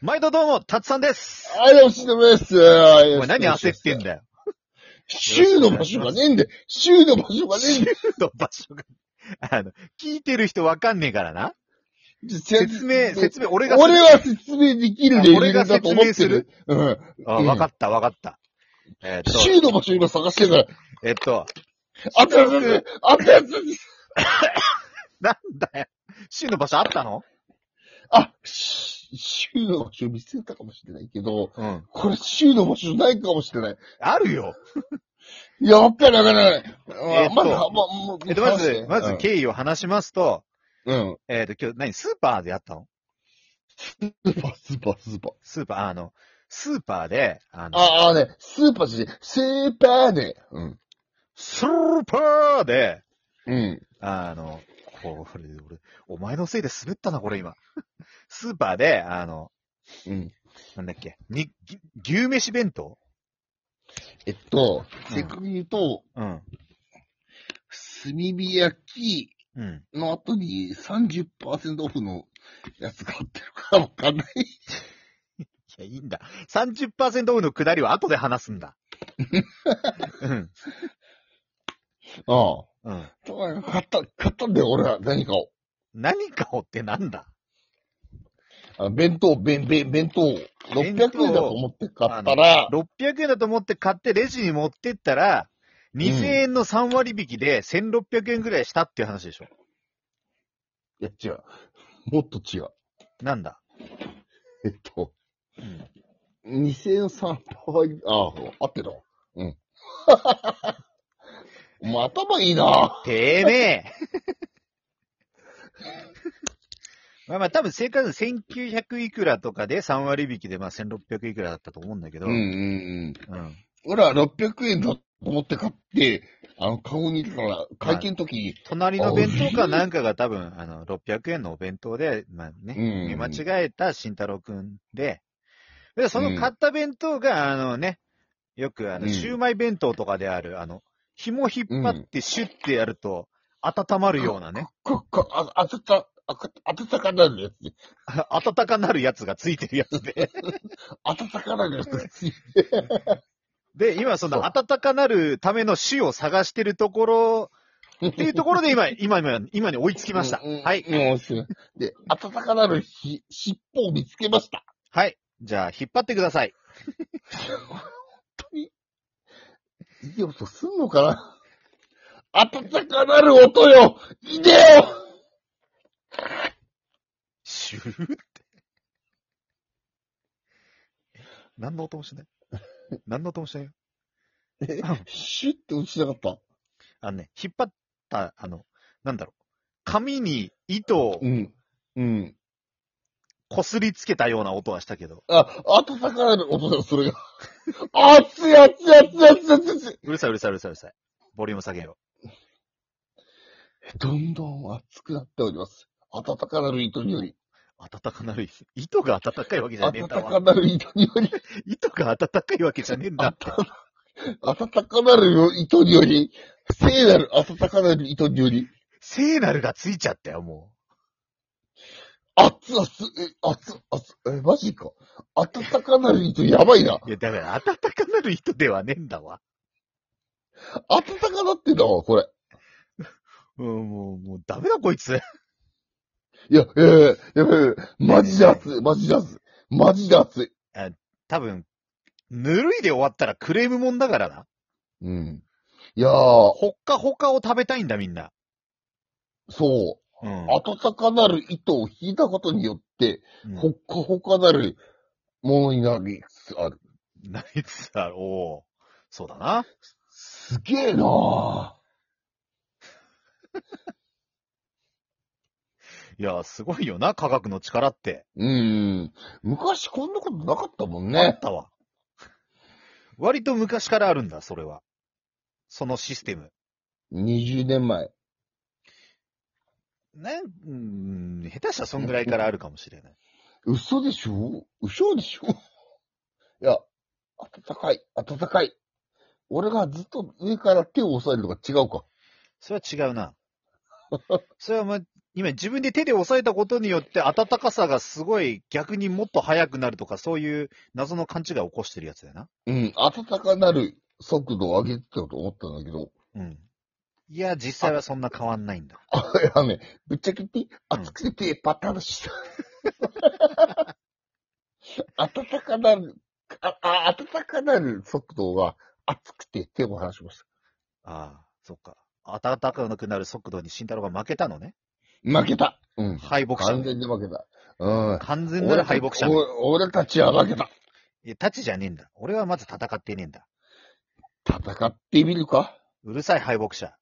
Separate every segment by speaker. Speaker 1: 毎度どうも、たつさんです。
Speaker 2: はい、おしのぶです。
Speaker 1: お
Speaker 2: お
Speaker 1: 前何焦ってんだよ。
Speaker 2: 州の場所がねえんだよ。州の場所がねえんだよ。
Speaker 1: の場所が。あの、聞いてる人わかんねえからな。説明、
Speaker 2: 説
Speaker 1: 説明、俺
Speaker 2: 明。
Speaker 1: が、
Speaker 2: 俺は説明できるレベルだと思
Speaker 1: 俺が説
Speaker 2: って
Speaker 1: 明する
Speaker 2: る。うん。
Speaker 1: あ、わかった、わかった。えーっと、
Speaker 2: 州の場所今探してるから。
Speaker 1: えーっと、
Speaker 2: あったやつあったやつ
Speaker 1: なんだよ。州の場所あったの
Speaker 2: あ、州の場所見つけたかもしれないけど、
Speaker 1: うん。
Speaker 2: これ州の場所じゃないかもしれない。
Speaker 1: あるよ。
Speaker 2: やっぱりなかなか。
Speaker 1: えっ
Speaker 2: あ
Speaker 1: と
Speaker 2: まず、ま、もう
Speaker 1: えっと、まず、まず、経緯を話しますと、
Speaker 2: うん。
Speaker 1: えーっと、今日、何、スーパーでやったの
Speaker 2: スーパー、スーパー、スーパー。
Speaker 1: スーパー、あの、スーパーで、あの、
Speaker 2: ああね、スーパーじゃねえスーパーね。うん。
Speaker 1: スーパーで、
Speaker 2: うん。
Speaker 1: あの、これ、俺、お前のせいで滑ったな、これ今。 スーパーで、あの、
Speaker 2: うん。
Speaker 1: なんだっけ、に、ぎ牛飯弁当
Speaker 2: えっと、
Speaker 1: うん
Speaker 2: せっかく言うと、
Speaker 1: うん。
Speaker 2: 炭火焼き
Speaker 1: うん。
Speaker 2: の後に30%オフのやつがあってるかわかんない。
Speaker 1: いや、いいんだ。30%オフの下りは後で話すんだ。うん。
Speaker 2: ああ。
Speaker 1: うん。
Speaker 2: だから買った、買ったんだよ、俺は。何かを。
Speaker 1: 何かをってなんだ
Speaker 2: あの弁当、弁、弁、弁当、600円だと思って買ったら、
Speaker 1: ?600 円だと思って買ってレジに持ってったら、2000円の3割引きで1600円ぐらいしたっていう話でしょ。
Speaker 2: いや、違う。もっと違う。
Speaker 1: なんだ
Speaker 2: えっと、
Speaker 1: うん。
Speaker 2: 2003倍、ああ、合ってたわ。 うん。お前頭いいな。
Speaker 1: てめえまあまあ多分正解は1900いくらとかで3割引きでまあ1600いくらだったと思うんだけど。
Speaker 2: うんうんうん。
Speaker 1: うん
Speaker 2: 俺は600円だと思って買って、あの、顔にいたから、会計の時に、
Speaker 1: 隣の弁当かなんかが多分、あの、600円のお弁当で、まあね、
Speaker 2: うん
Speaker 1: 見間違えた慎太郎くんで、で、その買った弁当が、あのね、よくあの、
Speaker 2: うん
Speaker 1: シューマイ弁当とかである、あの、紐引っ張ってシュッてやると、温まるようなね、
Speaker 2: こ、こ、あ、あたた、あか、あたたかなるやつね。
Speaker 1: 温かなるやつがついてるやつで。
Speaker 2: あたたかなるやつがつい
Speaker 1: で、今その温かなるための種を探してるところ、っていうところで 今、今、今、今に追いつき
Speaker 2: き
Speaker 1: ました。はい。
Speaker 2: もうすぐ。で、あたたかなるし、尻尾を見つけました。
Speaker 1: はい。じゃあ、引っ張ってください。
Speaker 2: いい音すんのかなあたたかなる音よいでよ
Speaker 1: シューって。何の音もしない。何の音もしないよ。
Speaker 2: え
Speaker 1: うん
Speaker 2: シュッて落ちなかった。
Speaker 1: あのね、引っ張った、あの、なんだろう。紙に糸を
Speaker 2: うん。うん。
Speaker 1: 擦りつけたような音はしたけど、
Speaker 2: あ、あたたかなる音だよ、それが。熱い熱い熱い熱い熱い熱い。
Speaker 1: うるさいうるさいうるさいうるさい。ボリューム下げよ
Speaker 2: どんどん熱くなっております。暖かなる糸により。
Speaker 1: う。暖かなる。糸が暖かいわけじゃねえん
Speaker 2: 暖
Speaker 1: だ
Speaker 2: か
Speaker 1: わ。
Speaker 2: なる糸により。
Speaker 1: 糸が暖かいわけじゃねえんだ。
Speaker 2: 暖かなる糸により。聖なる暖かなる糸により。
Speaker 1: 聖なるがついちゃったよ、も
Speaker 2: 熱々、え、熱、熱、え、マジか。暖かなる糸やばいな。
Speaker 1: う。いや、だから、暖かなる人ではねえんだわ。
Speaker 2: 暖かなってんだわ、これ。
Speaker 1: うん、もう、もう、ダメだ、こいつ。
Speaker 2: いや、えー、やべえやべえ、マジで熱い、マジで熱い。マジで熱い。
Speaker 1: 多分、ぬるいで終わったらクレームもんだからな。
Speaker 2: うん。いやー、
Speaker 1: ほっかほかを食べたいんだ、みんな。
Speaker 2: そう。
Speaker 1: うん。
Speaker 2: 暖かなる糸を引いたことによって、
Speaker 1: うん
Speaker 2: ほっかほかなるものになりつつある。
Speaker 1: なりつだろう。そうだな。
Speaker 2: すげえなぁ。
Speaker 1: いや、すごいよな、科学の力って。
Speaker 2: うん。昔こんなことなかったもん
Speaker 1: あ
Speaker 2: ね
Speaker 1: っ。たわ。割と昔からあるんだ、それは。そのシステム。
Speaker 2: 20年前。
Speaker 1: なん、うん、下手したらそんぐらいからあるかもしれない。
Speaker 2: 嘘でしょ嘘でしょいや、暖かい、暖かい。俺がずっと上から手を押さえるのが違うか。
Speaker 1: それは違うな。それはお前、今自分で手で押さえたことによって暖かさがすごい逆にもっと早くなるとか、そういう謎の勘違いを起こしてるやつだよな。
Speaker 2: うん、暖かなる速度を上げてたと思ったんだけど、
Speaker 1: うん。いや、実際はそんな変わんないんだ。
Speaker 2: あいやね、ぶっちゃけて、暑くてパタ ルした。暖かなる、あ、あ、暖かなる速度が暑くて手を離しました。
Speaker 1: ああ、そっか。暖かくなる速度に慎太郎が負けたのね。
Speaker 2: 負けた。うん。
Speaker 1: 敗北者
Speaker 2: 完
Speaker 1: ね。
Speaker 2: 全に負けた。うん。
Speaker 1: 完全なる敗北者ね。
Speaker 2: 俺たちお俺たちは負けた。
Speaker 1: いや、立ちじゃねえんだ。俺はまず戦ってねえんだ。
Speaker 2: 戦ってみるか
Speaker 1: うるさい敗北者。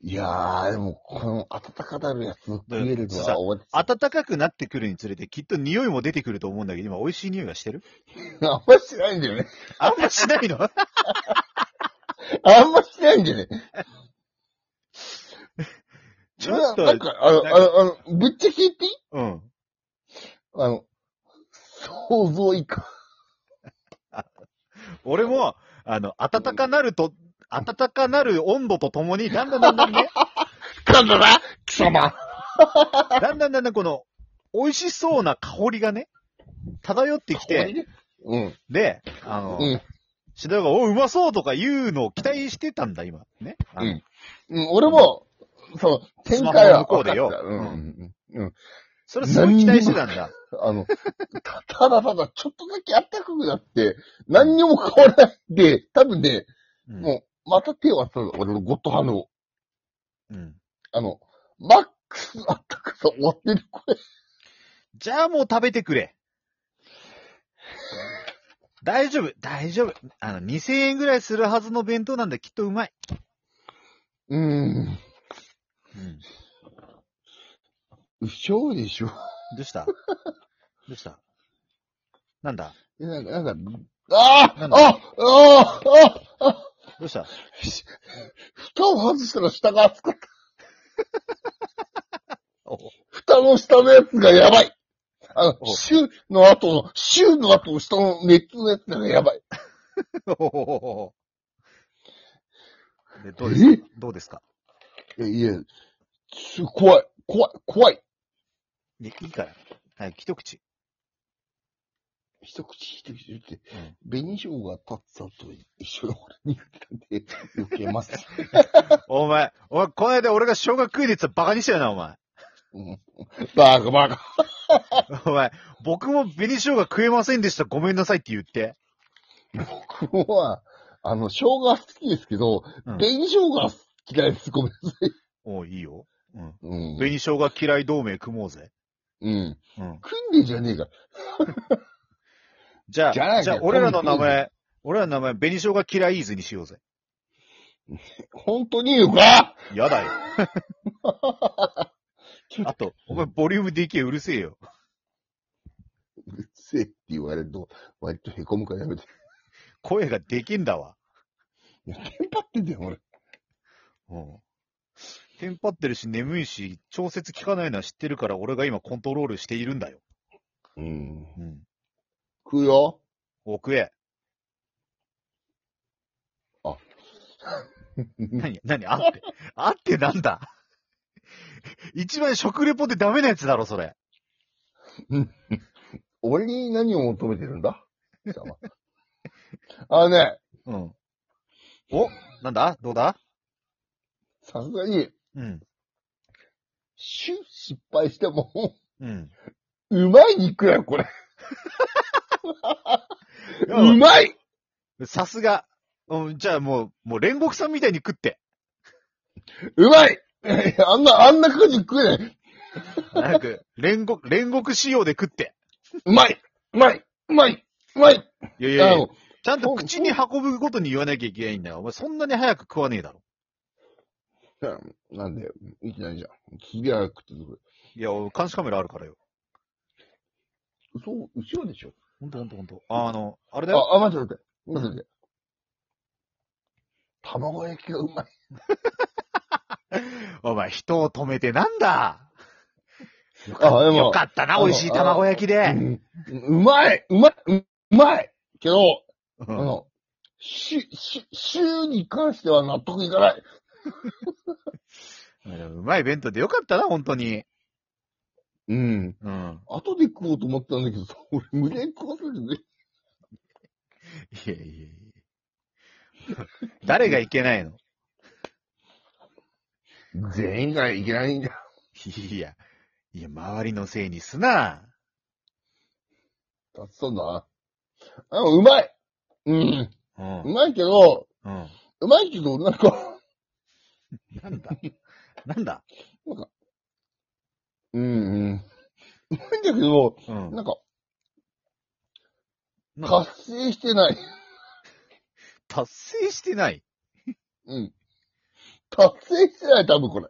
Speaker 2: いやー、でも、この暖かなるやつ食えるのは、俺、あ、
Speaker 1: 暖かくなってくるにつれて、きっと匂いも出てくると思うんだけど、今美味しい匂いがしてる
Speaker 2: あんましないんだよね。
Speaker 1: あんましないの
Speaker 2: あんましないんだよね。
Speaker 1: ちょっと
Speaker 2: なんか、あの、あの、あのぶっちゃけ言っていい
Speaker 1: うん。
Speaker 2: あの、想像以下。
Speaker 1: 俺も、あの、暖かなると、暖かなる温度とともに、だんだんだんだん ね、
Speaker 2: かんだな貴様
Speaker 1: だんだんだんだんこの、美味しそうな香りがね、漂ってきて、、
Speaker 2: うん、
Speaker 1: で、あの、
Speaker 2: うん、
Speaker 1: シドが、お、うまそうとか言うのを期待してたんだ、今。ね。あの
Speaker 2: うんうん、俺も、そう、展開は分か
Speaker 1: スマホの向こう
Speaker 2: った。
Speaker 1: でよ
Speaker 2: うん、うん、うん。
Speaker 1: それすごい期待してたんだ。
Speaker 2: あの、たただただちょっとだけ暖かくなって、何にも変わらないで、多分ね、
Speaker 1: うん
Speaker 2: もう、また手を当てた俺のゴッドハンドを。
Speaker 1: うん。
Speaker 2: あの、マックスあったかさ終わってる、これ。
Speaker 1: じゃあもう食べてくれ。大丈夫、大丈夫。あの、2000円ぐらいするはずの弁当なんできっとうまい。
Speaker 2: うーん。
Speaker 1: うん。
Speaker 2: うしょうでしょ。
Speaker 1: どうしたどうしたなんだ
Speaker 2: えなんか、なんか、あー
Speaker 1: な
Speaker 2: あ
Speaker 1: んだ
Speaker 2: ああああ
Speaker 1: ど うした
Speaker 2: 蓋を外したら下が熱かった。
Speaker 1: お
Speaker 2: 蓋の下のやつがやばい。あの、
Speaker 1: お
Speaker 2: 週の後の、週の後の下の熱のやつがやばい。
Speaker 1: おでどうですかどうですか
Speaker 2: いやいや、す怖い、怖い、怖い。
Speaker 1: いやいいから。はい、一口。
Speaker 2: 一口一口言って
Speaker 1: うん、
Speaker 2: 紅生姜立つ後と一緒に俺苦手なんで、避けます。
Speaker 1: お前、お前、この間俺が生姜食いで言ってたバカにしたよな、お前。
Speaker 2: うんバカバカ。
Speaker 1: お前、僕も紅生姜食えませんでした、ごめんなさいって言って。
Speaker 2: 僕は、あの、生姜好きですけど、
Speaker 1: うん
Speaker 2: 紅生姜は嫌いです。ごめんなさい。
Speaker 1: おういいよ。うん。
Speaker 2: うん。
Speaker 1: 紅生姜嫌い同盟組もうぜ。
Speaker 2: うん。
Speaker 1: うん。
Speaker 2: 組んでんじゃねえか。
Speaker 1: じゃあ、
Speaker 2: じ
Speaker 1: じ
Speaker 2: ゃ
Speaker 1: ゃ
Speaker 2: あ
Speaker 1: あ、
Speaker 2: じゃあ
Speaker 1: 俺らの名
Speaker 2: 今
Speaker 1: 前、俺らの名前、紅生姜嫌いーズにしようぜ。
Speaker 2: 本当にいいのか
Speaker 1: や だよ
Speaker 2: ちょっ。と
Speaker 1: あと、お前、ボリューム DK うるせえよ。
Speaker 2: うるせえって言われると、割と凹むからやめて。
Speaker 1: 声ができんだわ。
Speaker 2: いや、テンパってんだよ、俺。
Speaker 1: うん。テンパってるし、眠いし、調節効かないのは知ってるから、俺が今コントロールしているんだよ。
Speaker 2: うん。
Speaker 1: うん。
Speaker 2: 食うよ。
Speaker 1: 奥へ。何何あって。 あってなんだ 一番食レポでダメなやつだろ、それ。
Speaker 2: 俺に何を求めてるんだ貴様あのね、
Speaker 1: うん。おなんだどうだ
Speaker 2: さすがに、
Speaker 1: うん。
Speaker 2: シュッ失敗しても、
Speaker 1: うん。
Speaker 2: うまい肉や、これ。うまい
Speaker 1: さすが。うん、じゃあもう、もう煉獄さんみたいに食って。
Speaker 2: うまいあんな、あんな感じ食えない。
Speaker 1: 早く、煉獄、煉獄仕様で食って。
Speaker 2: うまいうまいうまいうまい
Speaker 1: いやい
Speaker 2: あ
Speaker 1: やいや
Speaker 2: の、
Speaker 1: ちゃんと口に運ぶことに言わなきゃいけないんだよ。お前そんなに早く食わねえだろ。
Speaker 2: なんだよ。いきなりじゃん。すげえ食ってくる。
Speaker 1: いや、俺監視カメラあるからよ。
Speaker 2: 嘘、後ろでしょ
Speaker 1: ほんとほんとほんと。あの、あれだよ。
Speaker 2: あ、あ、待って待って。待って待って。卵焼きがうまい。
Speaker 1: お前人を止めてなんだよ
Speaker 2: あ
Speaker 1: か
Speaker 2: でも
Speaker 1: よかったな、美味しい卵焼きで。
Speaker 2: うんうまい、うまい、ううまいけど、
Speaker 1: う
Speaker 2: あ
Speaker 1: ん
Speaker 2: の、し、し、週に関しては納得いかない。
Speaker 1: いやでもうまい弁当でよかったな、本当に。
Speaker 2: うん。
Speaker 1: うん。
Speaker 2: 後で食おうと思ったんだけどさ、俺無理やり食わせるね。
Speaker 1: いやいやいや。誰がいけないの
Speaker 2: 全員がいけないんだ。
Speaker 1: いや、いや、周りのせいにすな。
Speaker 2: だってそうだな。あ、うまいう
Speaker 1: う
Speaker 2: ん。
Speaker 1: ん。う。
Speaker 2: うんまいけど、うまいけど、なんか、
Speaker 1: なんだなんだ
Speaker 2: うんうん。うまいんだけど、
Speaker 1: うん。
Speaker 2: なんか、
Speaker 1: なんか
Speaker 2: 達成してない。
Speaker 1: 達成してない。
Speaker 2: うん。達成してない、多分これ。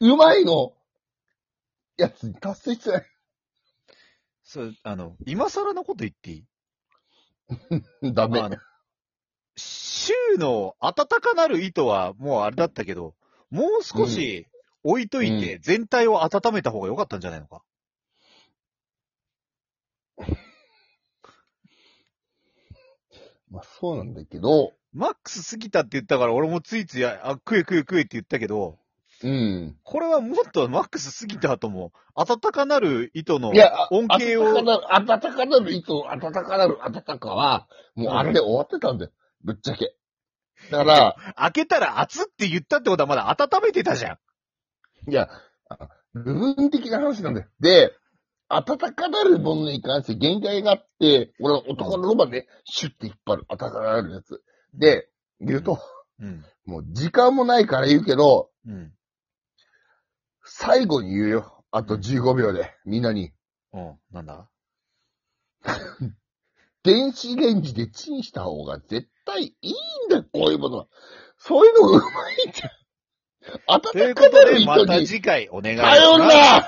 Speaker 2: うまいの、やつに達成してない。
Speaker 1: そう、あの、今更のこと言っていい
Speaker 2: ダメ
Speaker 1: あ。の週の温かなる意図はもうあれだったけど、もう少し置いといて全体を温めた方が良かったんじゃないのか。
Speaker 2: まあそうなんだけど、
Speaker 1: マックス過ぎたって言ったから俺もついつい、あ、食え食え食えって言ったけど、
Speaker 2: うん。
Speaker 1: これはもっとマックス過ぎた後も、温かなる意図の
Speaker 2: いや、
Speaker 1: 恩恵を、
Speaker 2: 暖かなる、暖かなる糸、暖かなる暖かは、もうあれで終わってたんだよ。ぶっちゃけ。だから、
Speaker 1: 開けたら熱って言ったってことはまだ温めてたじゃん。
Speaker 2: いや、あ部分的な話なんだよ。で、暖かなるものに関して限界があって、俺は男のロマンで、シュッて引っ張る、暖かなるやつ。で、言うと、
Speaker 1: うん。
Speaker 2: もう時間もないから言うけど、
Speaker 1: うん。
Speaker 2: 最後に言うよ。あと15秒で、みんなに。
Speaker 1: うん。なんだ
Speaker 2: 電子レンジでチンした方が絶対いいんだよ、こういうものは。そういうのがうまいんじゃん。
Speaker 1: とい
Speaker 2: 温
Speaker 1: うこ
Speaker 2: かな
Speaker 1: と
Speaker 2: る
Speaker 1: で、ま
Speaker 2: 糸
Speaker 1: た
Speaker 2: に。
Speaker 1: 次回お願いします。
Speaker 2: さようなら